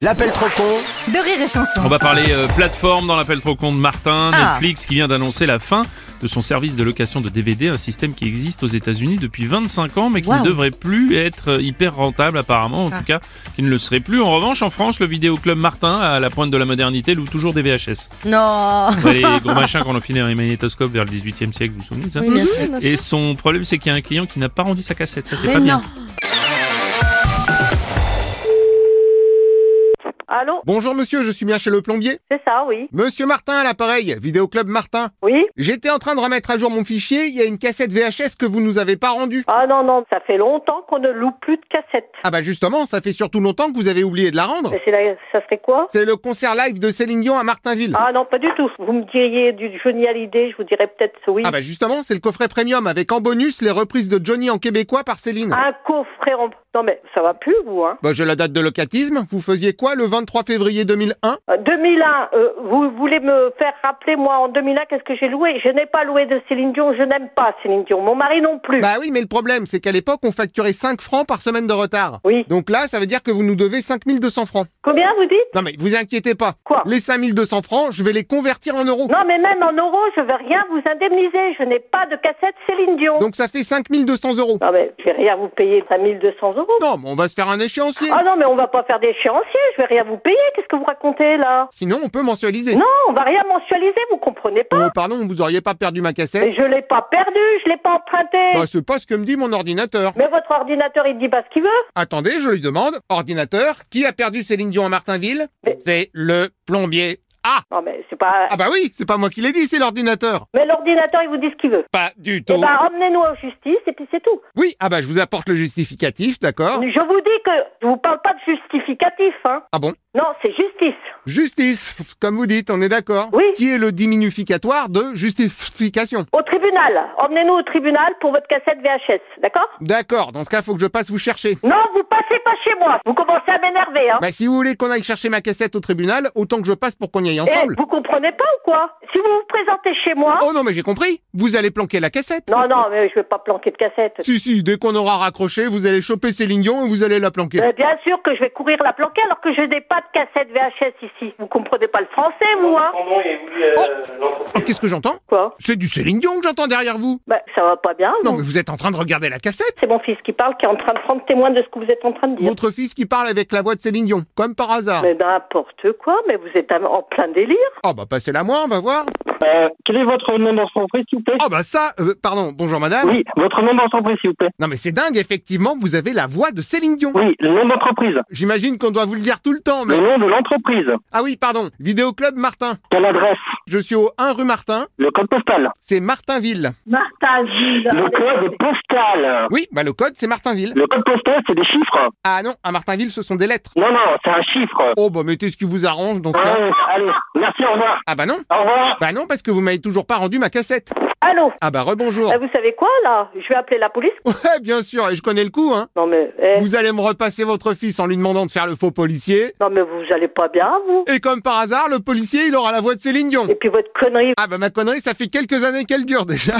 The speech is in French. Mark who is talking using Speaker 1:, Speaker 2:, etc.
Speaker 1: L'appel trop con
Speaker 2: de rire et chanson.
Speaker 3: On va parler euh, plateforme dans l'appel trop con de Martin,
Speaker 4: Ah.
Speaker 3: Netflix qui vient d'annoncer la fin de son service de location de DVD, un système qui existe aux États-Unis depuis 25 ans mais qui ne devrait plus être euh, hyper rentable apparemment,
Speaker 4: Ah.
Speaker 3: en tout cas qui ne le serait plus. En revanche, en France, le vidéoclub Martin à la pointe de la modernité loue toujours des VHS.
Speaker 4: Non
Speaker 3: Ouais, les gros machins qu'on enfilait dans les magnétoscopes vers le 18e siècle, vous vous souvenez de ça
Speaker 4: bien sûr.
Speaker 3: Et son problème c'est qu'il y a un client qui n'a pas rendu sa cassette, ça c'est
Speaker 4: Mais
Speaker 3: pas bien.
Speaker 4: non
Speaker 5: Allô
Speaker 6: Bonjour monsieur, je suis bien chez le plombier.
Speaker 5: C'est ça, oui.
Speaker 6: Monsieur Martin à l'appareil, Vidéoclub Martin.
Speaker 5: Oui
Speaker 6: J'étais en train de remettre à jour mon fichier, il y a une cassette VHS que vous nous avez pas rendue.
Speaker 5: Ah non, non, ça fait longtemps qu'on ne loue plus de cassettes.
Speaker 6: Ah bah justement, ça fait surtout longtemps que vous avez oublié de la rendre.
Speaker 5: Mais c'est la- ça serait quoi
Speaker 6: C'est le concert live de Céline Dion à Martinville.
Speaker 5: Ah non, pas du tout. Vous me diriez du génial idée, je vous dirais peut-être oui.
Speaker 6: Ah bah justement, c'est le coffret premium avec en bonus les reprises de Johnny en québécois par Céline.
Speaker 5: Un coffret en... Non mais ça va plus, vous, hein
Speaker 6: Bah j'ai la date de locatisme, vous faisiez quoi le 23 février 2001
Speaker 5: Euh, 2001, euh, vous voulez me faire rappeler, moi, en 2001, qu'est-ce que j'ai loué Je n'ai pas loué de Céline Dion, je n'aime pas Céline Dion. Mon mari non plus.
Speaker 6: Bah oui, mais le problème, c'est qu'à l'époque on facturait 5 francs par semaine de retard.
Speaker 5: Oui.
Speaker 6: Donc là, ça veut dire que vous nous devez 5200 francs.
Speaker 5: Combien, vous dites
Speaker 6: Non mais vous inquiétez pas.
Speaker 5: Quoi
Speaker 6: Les 5200 francs, je vais les convertir en euros.
Speaker 5: Non, mais même en euros, je veux rien vous indemniser. Je n'ai pas de cassette Céline Dion.
Speaker 6: Donc ça fait 5200 euros.
Speaker 5: Non, mais je vais rien vous payer 5200 euros.
Speaker 6: Non, mais on va se faire un échéancier.
Speaker 5: Ah non, mais on va pas faire d'échéancier, je vais rien vous payer, qu'est-ce que vous racontez là
Speaker 6: Sinon, on peut mensualiser.
Speaker 5: Non, on va rien mensualiser, vous comprenez pas
Speaker 6: Oh, pardon, vous auriez pas perdu ma
Speaker 5: Mais
Speaker 6: cassette
Speaker 5: je l'ai pas perdu, je l'ai pas emprunté
Speaker 6: Bah, c'est pas ce que me dit mon ordinateur.
Speaker 5: Mais votre ordinateur, il dit pas ce qu'il veut
Speaker 6: Attendez, je lui demande. Ordinateur, qui a perdu Céline Dion à Martinville C'est le plombier. Ah
Speaker 5: Non, mais c'est pas...
Speaker 6: Ah bah oui, c'est pas moi qui l'ai dit, c'est l'ordinateur.
Speaker 5: Mais l'ordinateur, il vous dit ce qu'il veut
Speaker 6: Pas du
Speaker 5: Eh
Speaker 6: tout.
Speaker 5: ben, emmenez-nous en justice et puis c'est tout.
Speaker 6: Oui, ah bah je vous apporte le justificatif, d'accord
Speaker 5: Je vous dis que je vous parle pas de justificatif, hein.
Speaker 6: Ah bon
Speaker 5: Non, c'est justice.
Speaker 6: Justice, comme vous dites, on est d'accord
Speaker 5: Oui.
Speaker 6: Qui est le diminuficatoire de justification
Speaker 5: Au tribunal, emmenez-nous au tribunal pour votre cassette VHS, d'accord
Speaker 6: D'accord, dans ce cas, faut que je passe vous chercher.
Speaker 5: Non, vous passez pas chez moi, vous commencez à m'énerver, hein.
Speaker 6: Bah, si vous voulez qu'on aille chercher ma cassette au tribunal, autant que je passe pour qu'on y aille
Speaker 5: Eh,
Speaker 6: ensemble.
Speaker 5: vous comprenez pas ou quoi Si vous vous présentez chez moi...
Speaker 6: Oh non, mais j'ai compris. Vous allez planquer la cassette.
Speaker 5: Non, non, mais je vais pas planquer de cassette.
Speaker 6: Si, si, dès qu'on aura raccroché, vous allez choper Céline Dion et vous allez la planquer.
Speaker 5: Euh, bien sûr que je vais courir la planquer alors que je n'ai pas de cassette VHS ici. Vous comprenez pas le français, vous, hein
Speaker 6: Oh, Qu'est-ce que j'entends
Speaker 5: Quoi
Speaker 6: C'est du Céline Dion que j'entends derrière vous.
Speaker 5: Bah, ça va pas bien,
Speaker 6: Non,
Speaker 5: vous.
Speaker 6: mais vous êtes en train de regarder la cassette.
Speaker 5: C'est mon fils qui parle, qui est en train de prendre témoin de ce que vous êtes en train de dire.
Speaker 6: Votre fils qui parle avec la voix de Céline Dion, comme par hasard.
Speaker 5: Mais n'importe quoi, mais vous êtes en plein délire.
Speaker 6: Oh bah passez-la moi, on va voir.
Speaker 7: Euh, quel est votre nom d'entreprise, s'il vous plaît
Speaker 6: Oh bah ça, euh, pardon, bonjour madame.
Speaker 7: Oui, votre nom d'entreprise, s'il vous plaît.
Speaker 6: Non mais c'est dingue, effectivement, vous avez la voix de Céline Dion.
Speaker 7: Oui, le nom d'entreprise.
Speaker 6: J'imagine qu'on doit vous le dire tout le temps,
Speaker 7: Le
Speaker 6: mais...
Speaker 7: nom de l'entreprise.
Speaker 6: Ah oui, pardon, Vidéoclub Martin.
Speaker 7: Quelle adresse
Speaker 6: Je suis au 1 rue Martin,
Speaker 7: Le code postal.
Speaker 6: c'est Martinville.
Speaker 5: Martin,
Speaker 7: Le code postal.
Speaker 6: Oui, bah le code c'est Martinville.
Speaker 7: Le code postal, c'est des chiffres.
Speaker 6: Ah non, à Martinville ce sont des lettres.
Speaker 7: Non, non, c'est un chiffre.
Speaker 6: Oh bah mettez ce qui vous arrange dans ce cas.
Speaker 7: Ouais, allez, merci, au revoir.
Speaker 6: Ah bah non
Speaker 7: Au revoir.
Speaker 6: Bah non parce que vous m'avez toujours pas rendu ma cassette.
Speaker 5: Allô
Speaker 6: Ah bah rebonjour.
Speaker 5: Eh, Vous savez quoi, là Je vais appeler la police
Speaker 6: Ouais bien sûr, et je connais le coup hein.
Speaker 5: Non, mais... eh,
Speaker 6: Vous allez me repasser votre fils en lui demandant de faire le faux policier.
Speaker 5: Non, mais vous allez pas bien, vous
Speaker 6: Et comme par hasard, le policier il aura la voix de Céline Dion.
Speaker 5: Et puis votre connerie...
Speaker 6: Ah bah ma connerie ça fait quelques années qu'elle dure déjà.